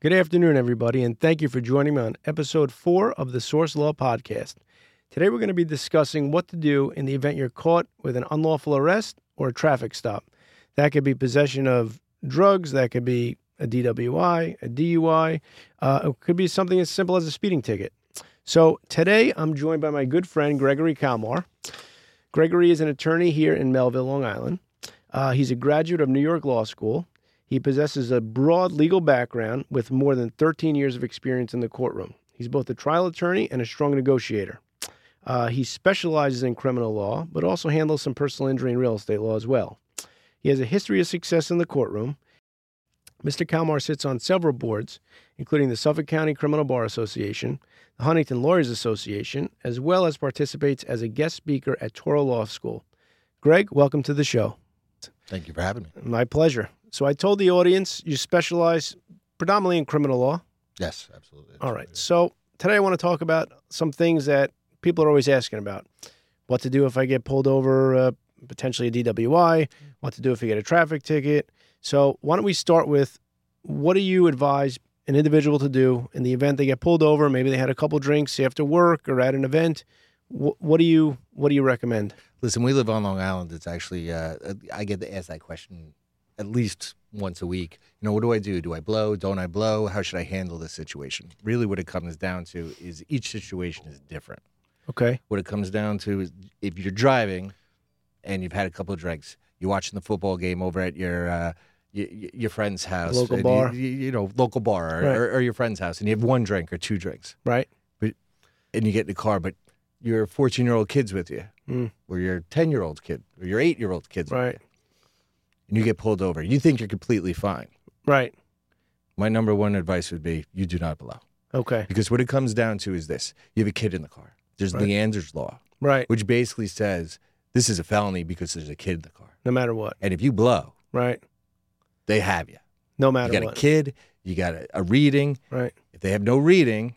Good afternoon, everybody, and thank you for joining me on episode four of the Source Law Podcast. Today, we're going to be discussing what to do in the event you're caught with an unlawful arrest or a traffic stop. That could be possession of drugs, that could be a DWI, a DUI, uh, it could be something as simple as a speeding ticket. So, today, I'm joined by my good friend, Gregory Kalmar. Gregory is an attorney here in Melville, Long Island. Uh, he's a graduate of New York Law School. He possesses a broad legal background with more than 13 years of experience in the courtroom. He's both a trial attorney and a strong negotiator. Uh, he specializes in criminal law, but also handles some personal injury and real estate law as well. He has a history of success in the courtroom. Mr. Kalmar sits on several boards, including the Suffolk County Criminal Bar Association, the Huntington Lawyers Association, as well as participates as a guest speaker at Toro Law School. Greg, welcome to the show. Thank you for having me. My pleasure. So I told the audience you specialize predominantly in criminal law. Yes, absolutely. All right. So today I want to talk about some things that people are always asking about. What to do if I get pulled over, uh, potentially a DWI, what to do if you get a traffic ticket. So why don't we start with what do you advise an individual to do in the event they get pulled over? Maybe they had a couple drinks after work or at an event. Wh- what do you what do you recommend? Listen, we live on Long Island. It's actually uh, I get asked that question at least once a week. You know, what do I do? Do I blow? Don't I blow? How should I handle this situation? Really, what it comes down to is each situation is different. Okay. What it comes down to is if you're driving and you've had a couple of drinks, you're watching the football game over at your uh, y- y- your friend's house, Local and bar. you, you know, local bar or, Right. or, or your friend's house, and you have one drink or two drinks, Right. and you get in the car, but your 14 year old kid's with you, Mm. or your 10 year old kid, or your 8 year old kid's with Right. and you get pulled over, you think you're completely fine. Right. My number one advice would be you do not blow. Okay. Because what it comes down to is this you have a kid in the car. There's Right. Leander's Law, Right. which basically says this is a felony because there's a kid in the car. No matter what. And if you blow, Right. they have you. No You matter got a what. kid, you got a, a reading. Right. If they have no reading,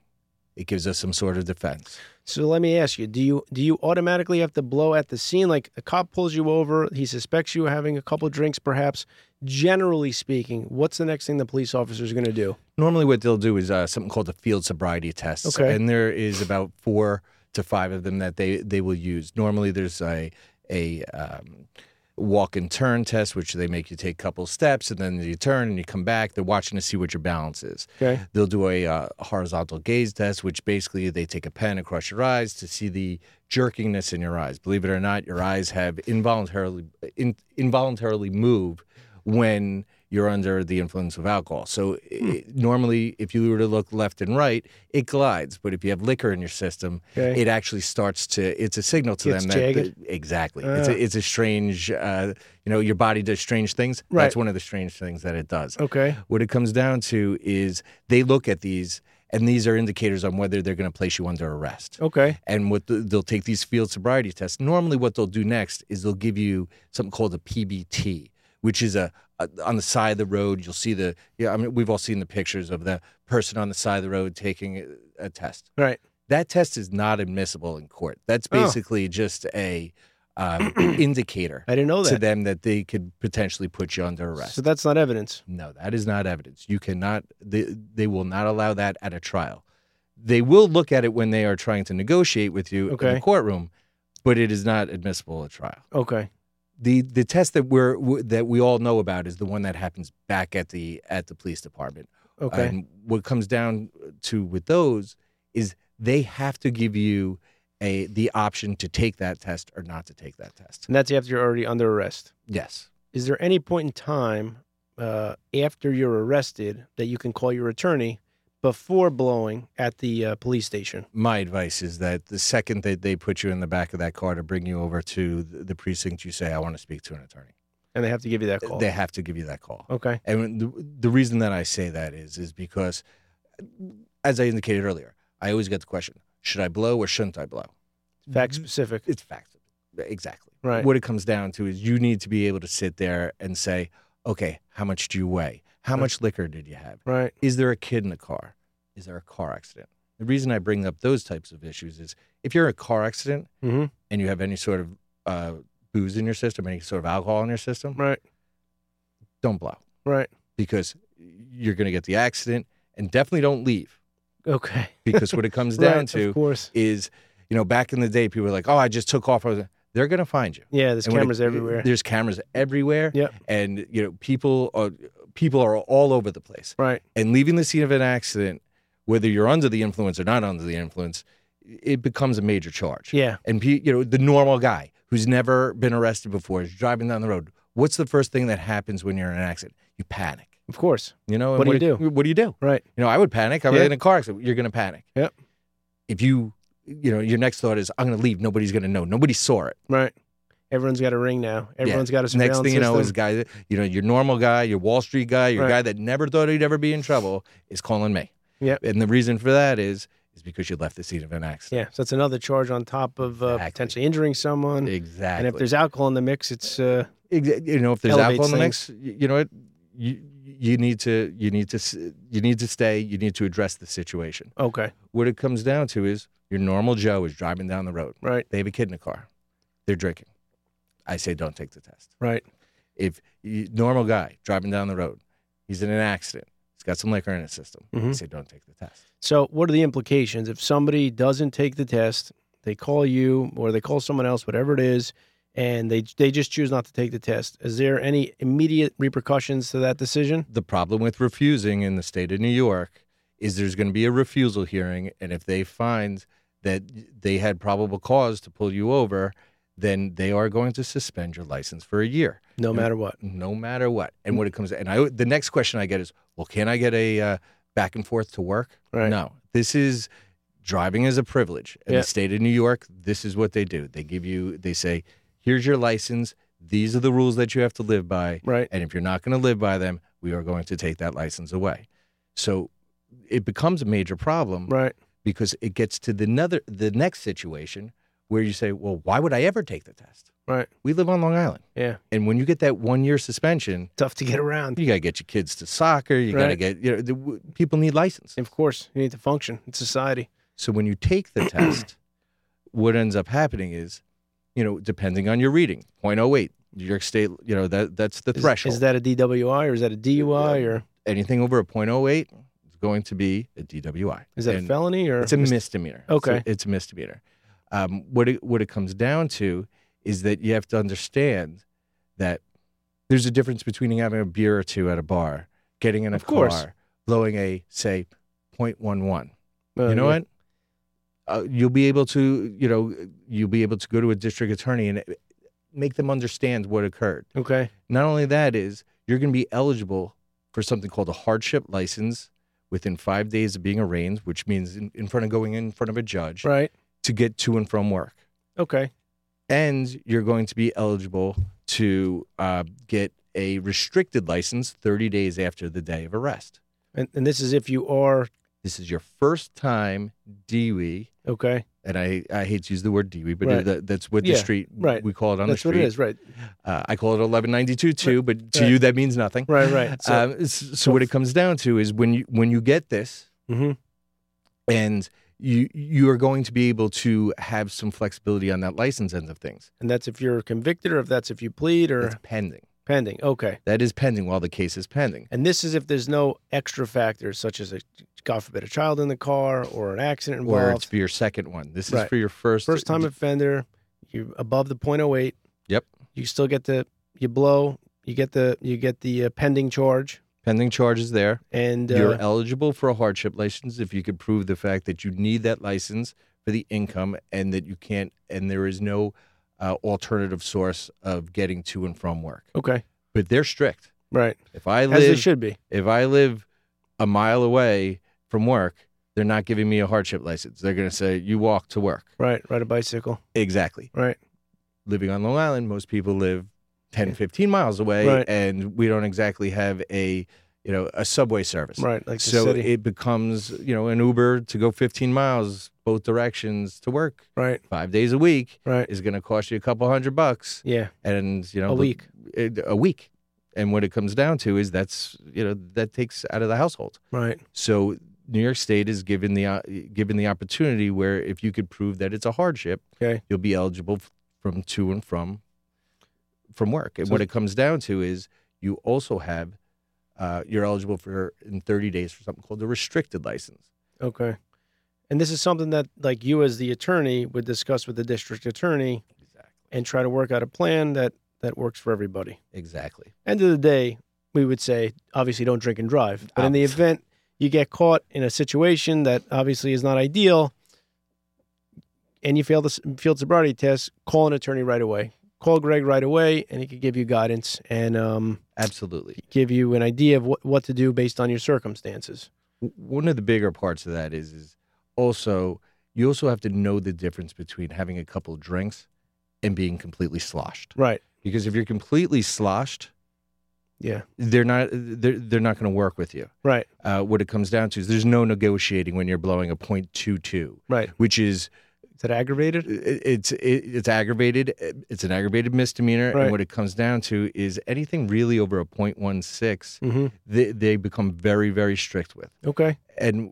it gives us some sort of defense. So let me ask you: Do you do you automatically have to blow at the scene? Like a cop pulls you over, he suspects you having a couple drinks, perhaps. Generally speaking, what's the next thing the police officer is going to do? Normally, what they'll do is uh, something called a field sobriety test. Okay. And there is about four to five of them that they, they will use. Normally, there's a, a um, walk and turn test, which they make you take a couple steps and then you turn and you come back. They're watching to see what your balance is. Okay. They'll do a uh, horizontal gaze test, which basically they take a pen across your eyes to see the jerkiness in your eyes. Believe it or not, your eyes have involuntarily in, involuntarily move when you're under the influence of alcohol. So Hmm. it, normally, if you were to look left and right, it glides. But if you have liquor in your system, Okay. it actually starts to. It's a signal to Gets them that jagged? exactly. It's a, it's a strange. Uh, you know, your body does strange things. Right. That's one of the strange things that it does. okay. What it comes down to is they look at these, and these are indicators on whether they're going to place you under arrest. Okay. And what the, they'll take these field sobriety tests. Normally, what they'll do next is they'll give you something called a PBT, which is a, a on the side of the road. You'll see the yeah. I mean, we've all seen the pictures of the person on the side of the road taking a, a test. Right. That test is not admissible in court. That's Oh. basically just a um, indicator I didn't know to that. them that they could potentially put you under arrest. So that's not evidence. No, that is not evidence. You cannot. They, they will not allow that at a trial. They will look at it when they are trying to negotiate with you in Okay. the courtroom, but it is not admissible at trial. Okay. the The test that we're w- that we all know about is the one that happens back at the at the police department. Okay. And what comes down to with those is they have to give you a the option to take that test or not to take that test. and that's after you're already under arrest. Yes. Is there any point in time uh, after you're arrested that you can call your attorney before blowing at the uh, police station? my advice is that the second that they put you in the back of that car to bring you over to the the precinct, you say, I want to speak to an attorney. And they have to give you that call. They have to give you that call. okay. And the, the reason that I say that is, is because, as I indicated earlier, I always get the question, should I blow or shouldn't I blow? Fact Mm-hmm. specific. It's fact. Exactly. Right. What it comes down to is you need to be able to sit there and say, okay, how much do you weigh? How Right. much liquor did you have? Right. Is there a kid in the car? Is there a car accident? The reason I bring up those types of issues is if you're in a car accident Mm-hmm. and you have any sort of uh, booze in your system, any sort of alcohol in your system, Right. don't blow Right. because you're going to get the accident. and definitely don't leave Okay. because what it comes Right, down Of to course. is, you know, back in the day, people were like, oh, I just took off. I was like, They're going to find you. Yeah, there's And when it- cameras everywhere. There's cameras everywhere. Yep. And, you know, people are, people are all over the place. Right. And leaving the scene of an accident, whether you're under the influence or not under the influence, it becomes a major charge. Yeah. And, pe- you know, the normal guy who's never been arrested before is driving down the road. What's the first thing that happens when you're in an accident? You panic. Of course. You know, What and do you do? What do you do? Right. You know, I would panic. I'm Yeah. in a car accident. You're going to panic. Yep. If you, you know, your next thought is, I'm going to leave. Nobody's going to know. Nobody saw it. Right. Everyone's got a ring now. Everyone's got a surveillance Next thing you know is system. guy, that- you know, your normal guy, your Wall Street guy, your Right. guy that never thought he'd ever be in trouble is calling me. Yep. And the reason for that is, is because you left the scene of an accident. yeah. So that's another charge on top of uh, Exactly. potentially injuring someone. Exactly. And if there's alcohol in the mix, it's uh, Exa- you know, if there's Elevates alcohol in the mix, y- you know what, you you need to you need to s- you need to stay. You need to address the situation. okay. What it comes down to is your normal Joe is driving down the road. Right. They have a kid in a car. They're drinking. I say don't take the test. Right. If you, normal guy driving down the road, he's in an accident. He's got some liquor in his system. I Mhm. say don't take the test. So what are the implications if somebody doesn't take the test? They call you or they call someone else, whatever it is, and they they just choose not to take the test. Is there any immediate repercussions to that decision? The problem with refusing in the state of New York is there's going to be a refusal hearing, and if they find that they had probable cause to pull you over, then they are going to suspend your license for a year. No Yeah. matter what. no matter what. Mm. And when it comes, and I, the next question I get is, well, can I get a uh, back and forth to work? Right. No, this is driving is a privilege. In Yeah. the state of New York, this is what they do. They give you, they say, here's your license. These are the rules that you have to live by. Right. And if you're not going to live by them, we are going to take that license away. So it becomes a major problem Right. because it gets to the another the next situation where you say, well, why would I ever take the test? Right. We live on Long Island. Yeah. And when you get that one year suspension, Tough to get around. you got to get your kids to soccer. You got to Right. get, you know, the, w- people need license. Of course, you need to function in society. So when you take the test, what ends up happening is, you know, depending on your reading, 0.08, New York State, you know, that that's the Is, threshold. is that a DWI or is that a DUI or Anything over a 0.08 is going to be a DWI. is that And a felony or It's a mis- misdemeanor. Okay. It's a, it's a misdemeanor. Um, what, it, what it comes down to is that you have to understand that there's a difference between having a beer or two at a bar, getting in a Of course. car, blowing a, say, 0.11 uh, you know yeah. what? Uh, you'll be able to, you know, you'll be able to go to a district attorney and uh, make them understand what occurred. Okay. Not only that is you're going to be eligible for something called a hardship license within five days of being arraigned, which means in, in front of going in front of a judge Right. to get to and from work, Okay. and you're going to be eligible to uh, get a restricted license 30 days after the day of arrest. And and this is if you are This is your first time DUI. okay. and I, I hate to use the word DWI, but Right. that, that's what Yeah, the street right. we call it on That's the what street. it is. Right. Uh, I call it 1192 too, but to right. you that means nothing. Right. Right. So, um, s- so, what it comes down to is when you when you get this, mhm. and you you are going to be able to have some flexibility on that license end of things. And that's if you're convicted or if that's if you plead or That's pending. pending. Okay. That is pending while the case is pending. And this is if there's no extra factors such as a God forbid a child in the car or an accident Where it's involved. for your second one. This Right. is for your first First time offender, you above the .08. Yep. You still get the you blow. You get the you get the uh, pending charge pending charges there. and uh, You're eligible for a hardship license if you could prove the fact that you need that license for the income and that you can't, and there is no uh, alternative source of getting to and from work. okay. But they're strict. Right. If I As they live, should be. if I live a mile away from work, they're not giving me a hardship license. They're going to say you walk to work. Right, ride a bicycle. Exactly. Right. Living on Long Island, most people live 10, 15 miles away, Right. and we don't exactly have a you know a subway service. Right, like the so city. it becomes you know an uber to go 15 miles both directions to work right, five days a week right. is going to cost you a couple hundred bucks Yeah, and you a know the- week. it- a week and what it comes down to is that's you know that takes out of the household Right. so new york state is given the uh, given the opportunity where if you could prove that it's a hardship Okay. you'll be eligible f- from to and from from work and So- what it comes down to is you also have uh, you're eligible for in 30 days for something called the restricted license. Okay. And this is something that, like, you as the attorney would discuss with the district attorney Exactly. and try to work out a plan that that works for everybody. Exactly. End of the day, we would say, obviously, don't drink and drive. But in the Obviously. event you get caught in a situation that obviously is not ideal, and you fail the s- field sobriety test, call an attorney right away. Call Greg right away, and he could give you guidance and um, Absolutely. give you an idea of what, what to do based on your circumstances. W- One of the bigger parts of that is is also you also have to know the difference between having a couple drinks and being completely sloshed. Right. Because if you're completely sloshed, Yeah. they're not they're they're not going to work with you. Right. Uh, what it comes down to is there's no negotiating when you're blowing a .22, Right. which is Is that aggravated? it- it's it, it's aggravated. It's an aggravated misdemeanor, Right. and what it comes down to is anything really over a .16, Mm-hmm. they, they become very very strict with. Okay. And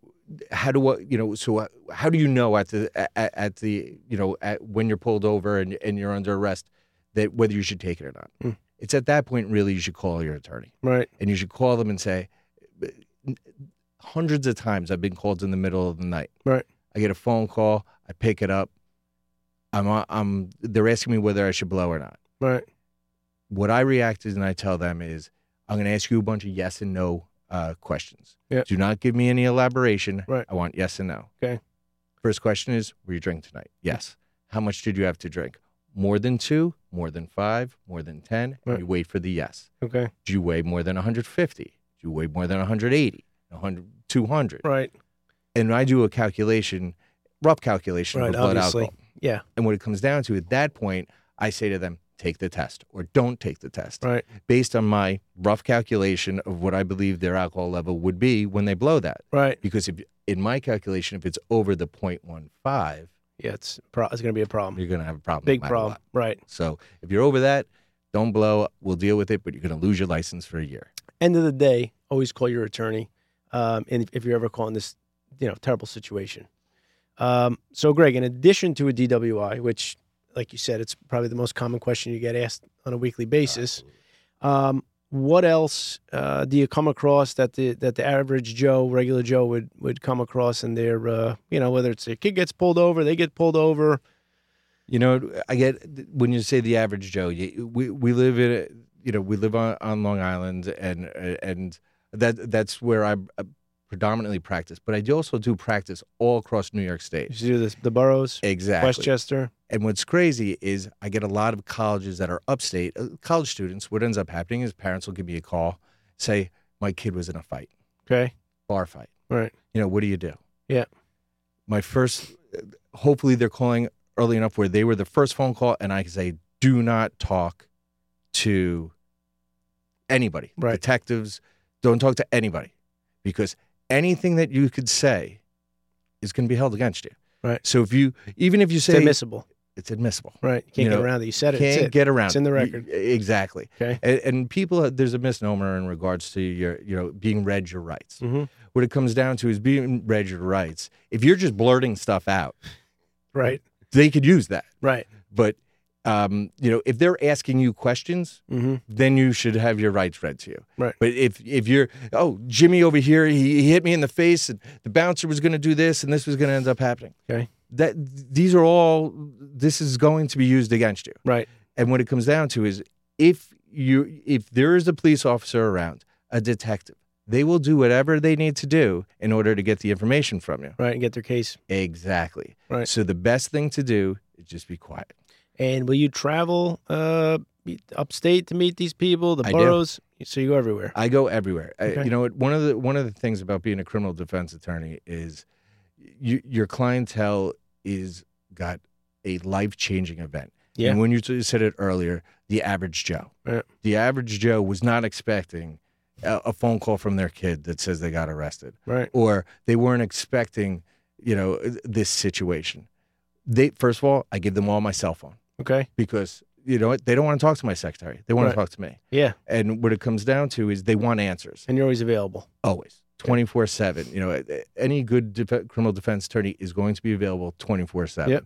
how do I, you know? So how do you know at the at, at the you know at, when you're pulled over and and you're under arrest that whether you should take it or not? Mm. It's at that point really you should call your attorney Right. and you should call them and say, hundreds of times I've been called in the middle of the night. Right. I get a phone call, I pick it up. I'm, I'm, they're asking me whether I should blow or not. Right. What I react is, and I tell them is, I'm going to ask you a bunch of yes and no uh, questions. Yeah. Do not give me any elaboration. Right. I want yes and no. Okay. First question is, were you drink tonight? Yes. How much did you have to drink? More than two, more than five, more than 10. Right. You wait for the yes. Okay. Do you weigh more than 150? Do you weigh more than 180? 100, 200? Right. And I do a calculation, rough calculation Right, of blood obviously. alcohol. Yeah. And what it comes down to at that point, I say to them, take the test or don't take the test Right. based on my rough calculation of what I believe their alcohol level would be when they blow that. Right. Because if, in my calculation, if it's over the 0.15, Yeah. It's pro- it's gonna be a problem. you're going to have a problem. no Big matter problem. what. Right. So if you're over that, don't blow. We'll deal with it, but you're going to lose your license for a year. End of the day, always call your attorney. Um, and if you're ever caught in this, you know, terrible situation. Um, so Greg, in addition to a DWI, which, like you said, it's probably the most common question you get asked on a weekly basis. Um, what else uh, do you come across that the that the average Joe, regular Joe, would would come across in their, uh, you know, whether it's their kid gets pulled over, they get pulled over, You know, I get when you say the average Joe. You, we we live in a, you know we live on, on Long Island, and and that that's where I uh, predominantly practice. But I do also do practice all across New York You State. should do this, the boroughs, Exactly. Westchester. And what's crazy is I get a lot of colleges that are upstate uh, college students. What ends up happening is parents will give me a call, say my kid was in a fight, Okay. bar fight. Right. You know, what do you do? Yeah. My first, hopefully they're calling early enough where they were the first phone call, and I can say, do not talk to anybody, Right. detectives. Don't talk to anybody because anything that you could say is going to be held against you. Right. So if you, even if you say It's admissible. it's admissible, Right. You can't You get know, around it. You said it. can't That's it. get around. It's in the it. record. Y- Exactly. Okay. And, and people, there's a misnomer in regards to your, you know, being read your rights Mhm. what it comes down to is being read your rights. If you're just blurting stuff out, Right. they could use that. Right. But um, you know, if they're asking you questions, hmm then you should have your rights read to you. Right. But if if you're oh Jimmy over here, he, he hit me in the face, and the bouncer was going to do this, and this was going to end up happening. Okay. That these are all. This is going to be used against you. Right. And what it comes down to is if you if there is a police officer around, a detective, they will do whatever they need to do in order to get the information from you. Right. And get their case. Exactly. Right. So the best thing to do is just be quiet. And will you travel uh, upstate to meet these people, the I do. boroughs? So you go everywhere. I go everywhere. I- Okay. you know what? One of the one of the things about being a criminal defense attorney is you, your clientele is got a life changing event. Yeah. And when you t- said it earlier, the average Joe, Yeah. the average Joe was not expecting a, a phone call from their kid that says they got arrested, Right. or they weren't expecting, you know, this situation. They first of all, I give them all my cell phone Okay. because you know what? They don't want to talk to my secretary. They want Right. to talk to me. Yeah. And what it comes down to is they want answers And you're always available. always 24 7 you know any good def- criminal defense attorney is going to be available 24 7 Yep.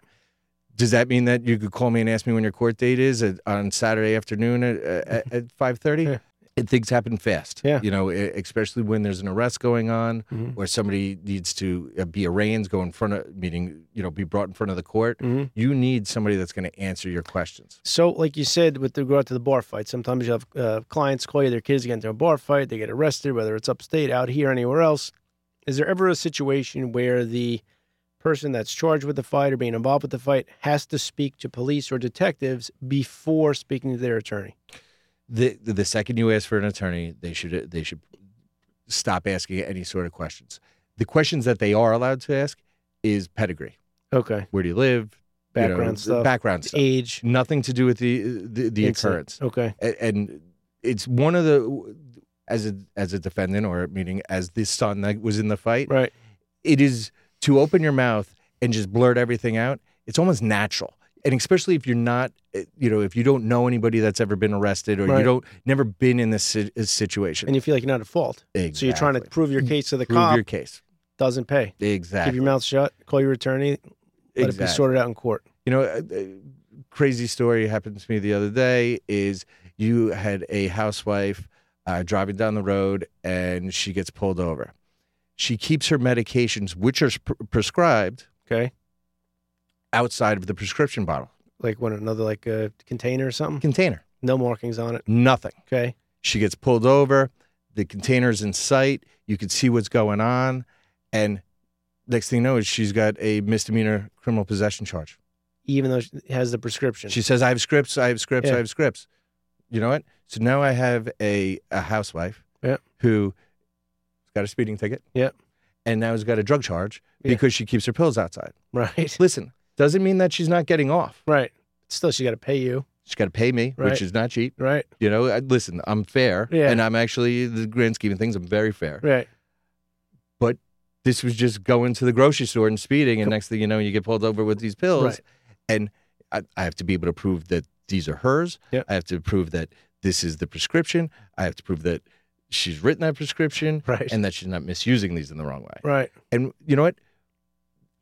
does that mean uh, that you could call me and ask me when your court date is uh, at, on saturday afternoon at, at, at 5.30 Yeah. and things happen fast. Yeah. You know, e- especially when there's an arrest going on Mhm. or somebody needs to uh, be arraigned, go in front of, meaning, you know, be brought in front of the court. Mhm. You need somebody that's going to answer your questions. So, like you said, with regard to the bar fight, sometimes you have uh, clients call you, their kids get into a bar fight, they get arrested, whether it's upstate, out here, anywhere else. Is there ever a situation where the person that's charged with the fight or being involved with the fight has to speak to police or detectives before speaking to their attorney? The the second you ask for an attorney, they should they should stop asking any sort of questions. The questions that they are allowed to ask is pedigree. Okay. Where do you live? You know, Background stuff, Background stuff. age. Nothing to do with the the, the Incident. occurrence. Okay. A- and it's one of the as a as a defendant or meaning as the son that was in the fight Right. it is to open your mouth and just blurt everything out it's almost natural and especially if you're not eh, you know if you don't know anybody that's ever been arrested or Right. you don't never been in this si- eh, situation And you feel like you're not at fault. So you're trying to Exactly. prove your case to the prove cop, your case doesn't pay. exactly Keep your mouth shut, call your attorney, let exactly. it be sorted out in court. You know, a, a crazy story happened to me the other day is you had a housewife uh, driving down the road and she gets pulled over. She keeps her medications, which are pr- prescribed, Okay. outside of the prescription bottle Like when another like a container or something. container. No markings on it. Nothing. Okay. She gets pulled over. The container's in sight. You can see what's going on, and next thing you know is she's got a misdemeanor criminal possession charge. Even though it has the prescription. She says, I have scripts, I have scripts, Yeah. I have scripts. You know what? So now I have a, a housewife Yeah. who's got a speeding ticket. Yeah. And now has got a drug charge Yeah. because she keeps her pills outside. right. Listen, doesn't mean that she's not getting off. Right. Still, she got to pay you. She's got to pay me, Right. which is not cheap. Right. You know, I, listen, I'm fair. Yeah. And I'm actually, the grand scheme of things, I'm very fair. Right. This was just going to the grocery store and speeding. And Com- next thing you know, you get pulled over with these pills. Right. I, I have to be able to prove that these are hers. Yeah. I have to prove that this is the prescription. I have to prove that she's written that prescription Right. and that she's not misusing these in the wrong way. right. And you know what?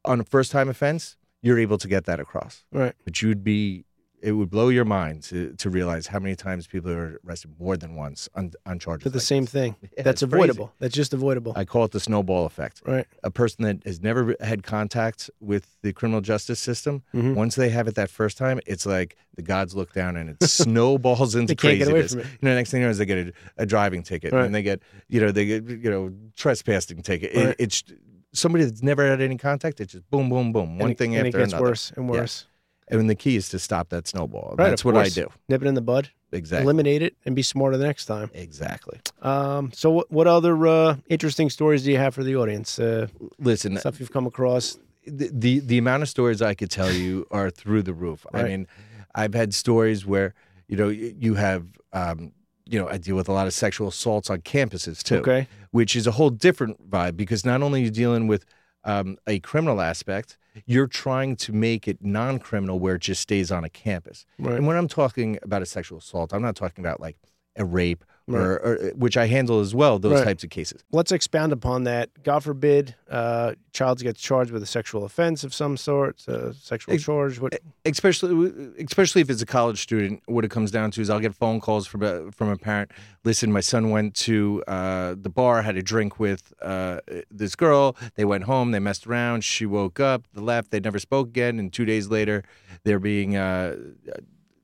On a first time offense, you're able to get that across. Right. But you'd be, it would blow your mind to, to realize how many times people are arrested more than once on, on charges. For the like same this. thing. Yeah, That's it's crazy. avoidable. That's just avoidable. I call it the snowball effect. Right. A person that has never had contact with the criminal justice system Mhm. once they have it that first time, it's like the gods look down and it snowballs into They can't get away craziness. from it. You know, next thing you know is they get a, a driving ticket Right. and they get, you know, they get, you know, trespassing ticket. Right. It, it's somebody that's never had any contact. It's just boom, boom, boom, one and, it- thing and after it gets another. worse and worse. And the key is to stop that snowball. Right, that's of what I course. do. Nip it in the bud, Exactly. eliminate it, and be smarter the next time. exactly. Um, so, what, what other uh, interesting stories do you have for the audience? Uh, Listen, stuff you've come across? the the- the amount of stories I could tell you are through the roof. I Right. mean, I've had stories where you know y- you have um, you know I deal with a lot of sexual assaults on campuses too, Okay. which is a whole different vibe because not only are you dealing with um, a criminal aspect, you're trying to make it non-criminal where it just stays on a campus. Right. And when I'm talking about a sexual assault, I'm not talking about like a rape Right. or, or which I handle as well those Right. types of cases. let's expound upon that. God forbid, uh, child gets charged with a sexual offense of some sort, a sexual Ex- charge. What, especially especially if it's a college student what it comes down to is i'll get phone calls from a, from a parent listen my son went to uh, the bar had a drink with uh, this girl they went home they messed around she woke up they left they never spoke again and two days later they're being uh,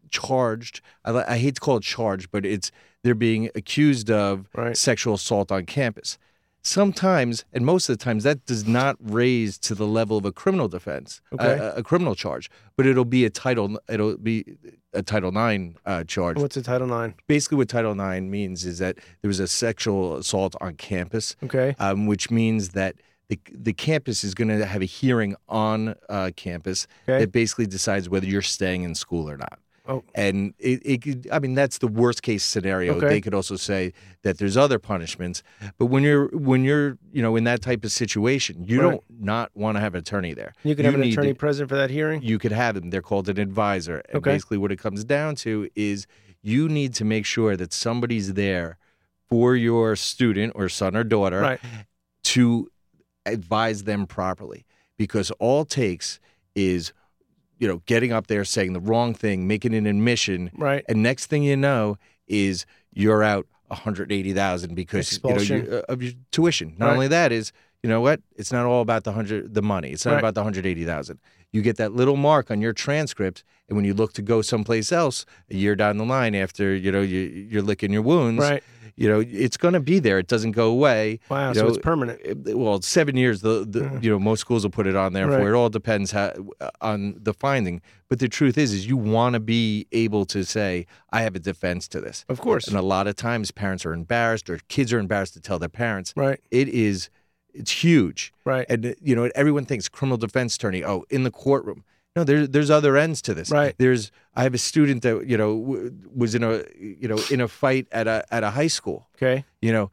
charged I, li- I hate to call it charged but it's they're being accused of right? sexual assault on campus sometimes and most of the times that does not raise to the level of a criminal defense Uh, a- Okay. a, a criminal charge but it'll be a title it'll be a title IX uh, charge What's the Title IX? basically what title IX means is that there was a sexual assault on campus Okay. um, which means that the, the campus is going to have a hearing on uh, campus Okay. that basically decides whether you're staying in school or not. Oh. And it, it could, I mean, that's the worst case scenario. Okay. They could also say that there's other punishments, but when you're when you're you know in that type of situation, you Right. don't not want to have an attorney there. You could You have an need attorney to- present for that hearing. You could have them. They're called an advisor. And Okay. basically, what it comes down to is you need to make sure that somebody's there for your student or son or daughter Right. to advise them properly because all it takes is you know getting up there saying the wrong thing making an admission Right. and next thing you know is you're out 180,000 because you know, Expulsion. you, uh, of your tuition. Not Right. only that is, you know what? It's not all about the 100 the money. It's not Right. about the 180,000. You get that little mark on your transcript and when you look to go someplace else a year down the line after, you know, you you're licking your wounds, Right. you know, it's going to be there. It doesn't go away. Wow. You so know, it's permanent. It- Well, it's seven years. The, the Yeah. you know most schools will put it on there Mm. Right. for it. All depends how, on the finding. But the truth is, is you want to be able to say, I have a defense to this. Of course. And uh, a lot of times parents are embarrassed or kids are embarrassed to tell their parents. Right. It is it's huge. Right. And uh, you know, everyone thinks criminal defense attorney, oh, in the courtroom. No, there, there's other ends to this. Right. There's I have a student that, you know, w- was in a you know, in a fight at a at a high school, Okay. you know.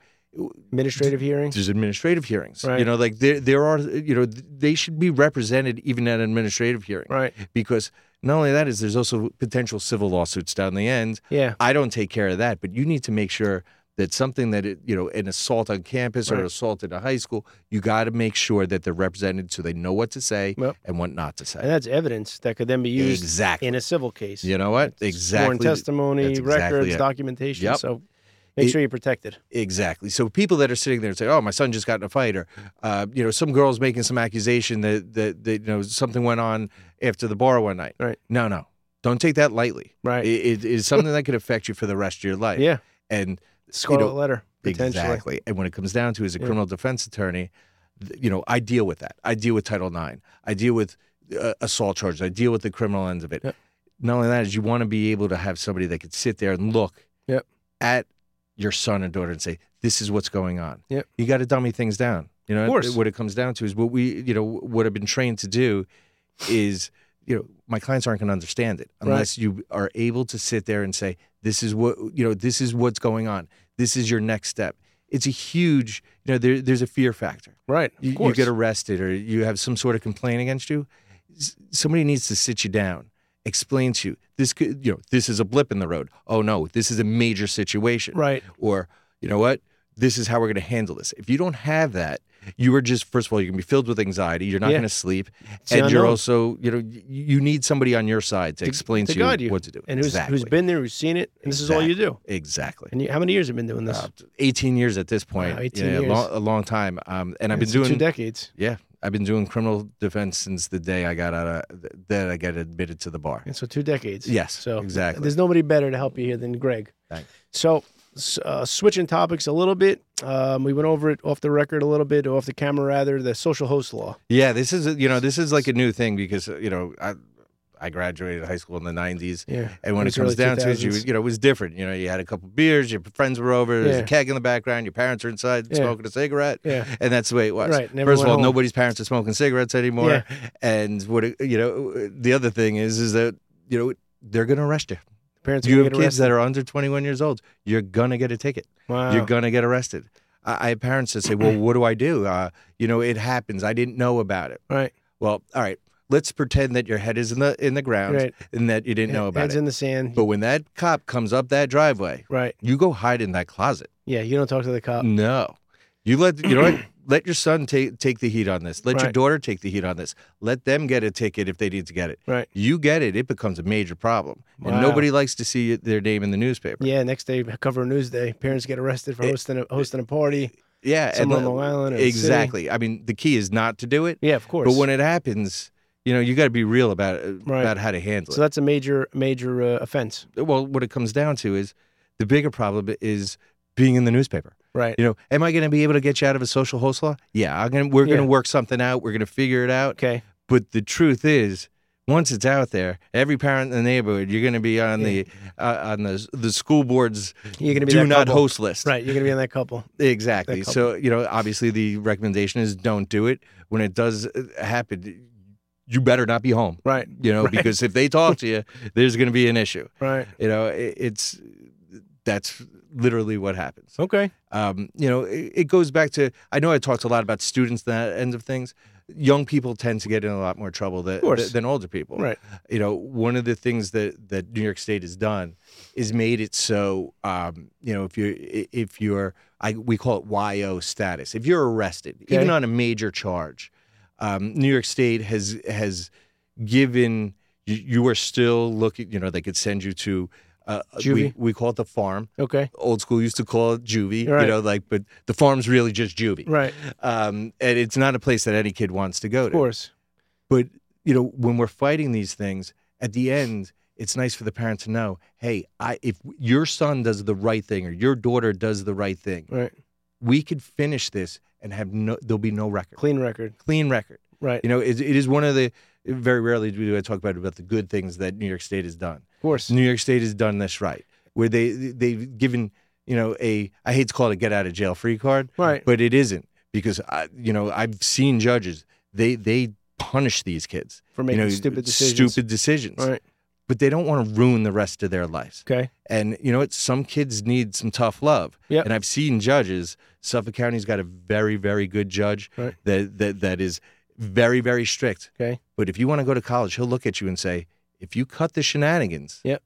Administrative hearing. There's administrative hearings. Right. You know, like there there are you know, th- they should be represented even at an administrative hearing. Right. Because not only that is there's also potential civil lawsuits down the end Yeah. I don't take care of that, but you need to make sure that something that it, you know, an assault on campus or Right. an assault in a high school, you got to make sure that they're represented so they know what to say Yep. and what not to And say. that's evidence that could then be used Exactly. in a civil case. You know what? Sworn Exactly. testimony, That's exactly records, it. documentation. Yep. So make It- sure you're protected. Exactly. So people that are sitting there and say, "Oh, my son just got in a fight," or uh, you know, some girl's making some accusation that, that that you know something went on after the bar one night. Right. No, no, don't take that lightly. Right. It, it is something that could affect you for the rest of your life. yeah. And Scarlet know, letter. Potentially. Exactly. And when it comes down to as a Yeah. criminal defense attorney, th- you know, I deal with that. I deal with Title IX. I deal with uh, assault charges. I deal with the criminal ends of it. Yep. Not only that is you want to be able to have somebody that could sit there and look Yep. at your son and daughter and say, this is what's going on. Yep. You got to dummy things down. You know, Of course. what it comes down to is what we, you know, what I've been trained to do is, you know, my clients aren't going to understand it Right. unless you are able to sit there and say, this is what, you know, this is what's going on. This is your next step. It's a huge, you know, there, there's a fear factor. Right. Of You, you course. get arrested or you have some sort of complaint against you. S- somebody needs to sit you down, explain to you this could, you know, this is a blip in the road. Oh no, this is a major situation right. or you know what this is how we're going to handle this if you don't have that you are just first of all you're going to be filled with anxiety you're not Yeah. going to sleep the and you're unknown. also you know y- you need somebody on your side to, explain to to, guide you. what to do And who's exactly. who's been there, who's seen it, and this is all you do. exactly And you, how many years have you been doing this? Uh, 18 years at this point Wow, Yeah, 18 a, years. long, a long time um, and i've been It's doing two decades. yeah i've been doing criminal defense since the day i got out of that i got admitted to the bar And so two decades. yes So exactly There's nobody better to help you here than Greg. Thanks. So, s- uh, switching topics a little bit, um, we went over it off the record a little bit, off the camera rather, the social host law. Yeah, this is a- you know this is like a new thing because uh, you know I I graduated high school in the '90s, Yeah. and when It it, was comes early down to it, you 2000s. you know it was different. You know, you had a couple beers, your friends were over, there's Yeah. a keg in the background, your parents are inside Yeah. smoking a cigarette, Yeah. and that's the way it was. Right, and First everyone of all, home. nobody's parents are smoking cigarettes anymore, and what it, you know the other thing is is that you know they're gonna arrest you. Parents are you gonna have get kids arrested. Oh. that are under 21 years old, you're gonna get a ticket Wow. you're gonna get arrested. I, I have parents that say, "Well, what do I do? Uh, you know, it happens. I didn't know about it." Right. Well, all right. Let's pretend that your head is in the in the ground Right. and that you didn't know about Heads it. in the sand. but when that cop comes up that driveway, right. you go hide in that closet. Yeah. You don't talk to the cop. Mm. No, you let you know what. Let your son take take the heat on this. Let your Right. daughter take the heat on this. Let them get a ticket if they need to get it. Right. You get it, it becomes a major problem, Wow. and nobody likes to see their name in the newspaper. Yeah. Next day, cover a news day. Parents get arrested for It- hosting a, hosting a party Yeah, Eh, and somewhere on let- Long Island. Or a city. exactly. I mean, the key is not to do it. Yeah. Of course. But when it happens, you know, you got to be real about it, Right. about how to handle so that's a major major uh, offense. it. Well, what it comes down to is the bigger problem is being in the newspaper. Right. You know, am I going to be able to get you out of a social host law? Yeah, I'm gonna, we're going to Yeah. work something out. We're going to figure it out. Okay. But the truth is, once it's out there, every parent in the neighborhood, you're going to be on Yeah. the uh, on the the school board's You're gonna be do that not couple. host list. Right. You're gonna be in that couple. Exactly. That So, you know, obviously the recommendation is don't do it. When it does uh, happen, you better not be home, Right. you know, Right. because if they talk to you, there's going to be an issue. Right. You know, it, it's that's literally what happens. Okay. Um, you know, it, it goes back to I know I talked a lot about students and that end of things. Young people tend to get in a lot more trouble tha- course. than older people Right. you know, one of the things that that New York State has done is made it so, um, you know, if you i- if you're, I we call it YO status. If you're arrested, even Okay. on a major charge, um, New York State has has given you, you are still looking. You know, they could send you to. Uh, we, Juvie? we call it the farm. Okay. Old school used to call it juvie, Right. you know, like, but the farm's really just juvie. Right. Um, and it's not a place that any kid wants to go Of to. course. But you know, when we're fighting these things, at the end, it's nice for the parent to know, hey, I if your son does the right thing or your daughter does the right thing, Right. we could finish this and have no there'll be no record. Clean record. Clean record. Right. You know, it, it is one of the very rarely do I talk about about the good things that New York State has done. Of course. New York State has done this right, where they they've given you know a I hate to call it a get out of jail free card, Right. but it isn't because I you know I've seen judges they they punish these kids For making you know stupid decisions. stupid decisions, Right. but they don't want to ruin the rest of their lives. Okay. And you know what? Some kids need some tough love. Yep. And I've seen judges. Suffolk County's got a very, very good judge Right. that, that that is very, very strict. Okay. But if you want to go to college, he'll look at you and say, if you cut the shenanigans, Yep.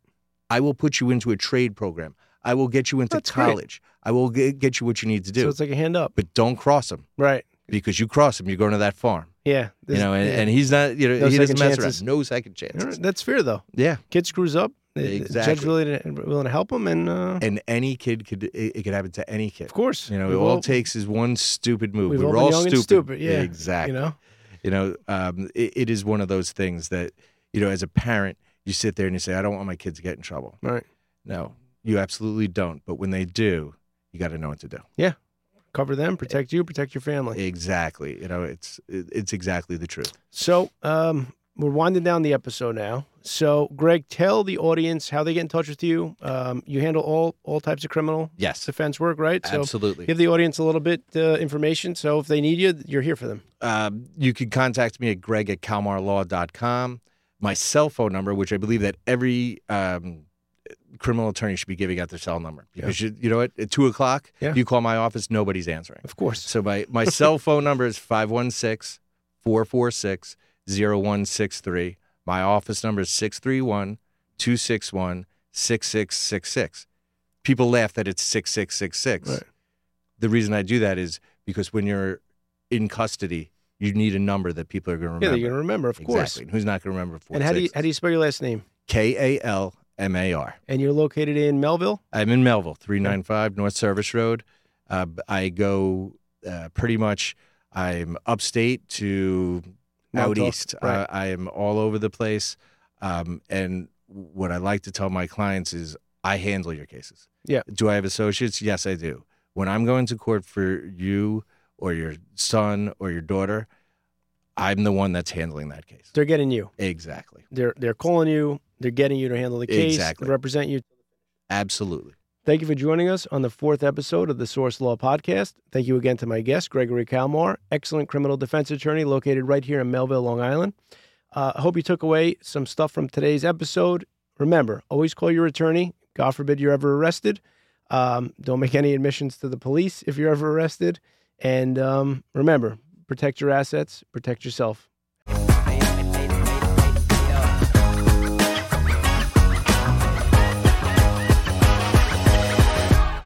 I will put you into a trade program. I will get you into That's great. college. I will get, get you what you need to do. So it's like a hand up. but don't cross him Right. because you cross him, you're going to that farm. Yeah. This- you know, and, yeah. and he's not, you know, No he doesn't second mess chances. around. No second All chances. right. That's fair though. Yeah. Kid screws up. the- the Judge Exactly. willing to, willing to help him, and uh, and any kid could it, it could happen to any kid. of course, You know, we've all all- it takes is one stupid move. we've We all We're been all young and stupid. stupid, yeah, exactly. You know. You know, um, it, it is one of those things that you know, as a parent, you sit there and you say, "I don't want my kids to get in trouble." Right. No, you absolutely don't. But when they do, you got to know what to do. Cover them. Protect you. Protect your family. Exactly. You know, it's it, it's exactly the truth. So um, we're winding down the episode now. So Greg, tell the audience how they get in touch with you. Um, you handle all all types of criminal Yes, defense work, right? So absolutely. give the audience a little bit uh, information. So if they need you, you're here for them. um, you can contact me at greg at calmarlaw.com. My cell phone number, which I believe that every um, criminal attorney should be giving out their cell number. Because you, you know what? At 2 o'clock, Yeah. you call my office, nobody's answering. Of course. So my, my cell phone number is 516 446 0163. My office number is 631 261 6666. People laugh that it's 6666 Right. the reason I do that is because when you're in custody, you need a number that people are going to Yeah, remember. you're gonna remember, of exactly. course. And Who's not going to remember? Four And how do you how do you spell your last name? K A L M A R. And you're located in Melville. I'm in Melville, 395 North Service Road. Uh, b- I go uh, pretty much. I'm upstate to out Montauk, east. right. Uh, I am all over the place. Um, and what I like to tell my clients is, I handle your cases. Yeah. Do I have associates? Yes, I do. When I'm going to court for you or your son or your daughter, I'm the one that's handling that case. They're getting you. Exactly. They're they're calling you. They're getting you to handle the case. Exactly. Represent you. Absolutely. Thank you for joining us on the fourth episode of the Source Law Podcast. Thank you again to my guest, Gregory Calmar, excellent criminal defense attorney located right here in Melville, Long Island. Uh, I hope you took away some stuff from today's episode. Remember, always call your attorney. God forbid you're ever arrested. Um, don't make any admissions to the police if you're ever arrested. And um, remember, protect your assets, protect yourself.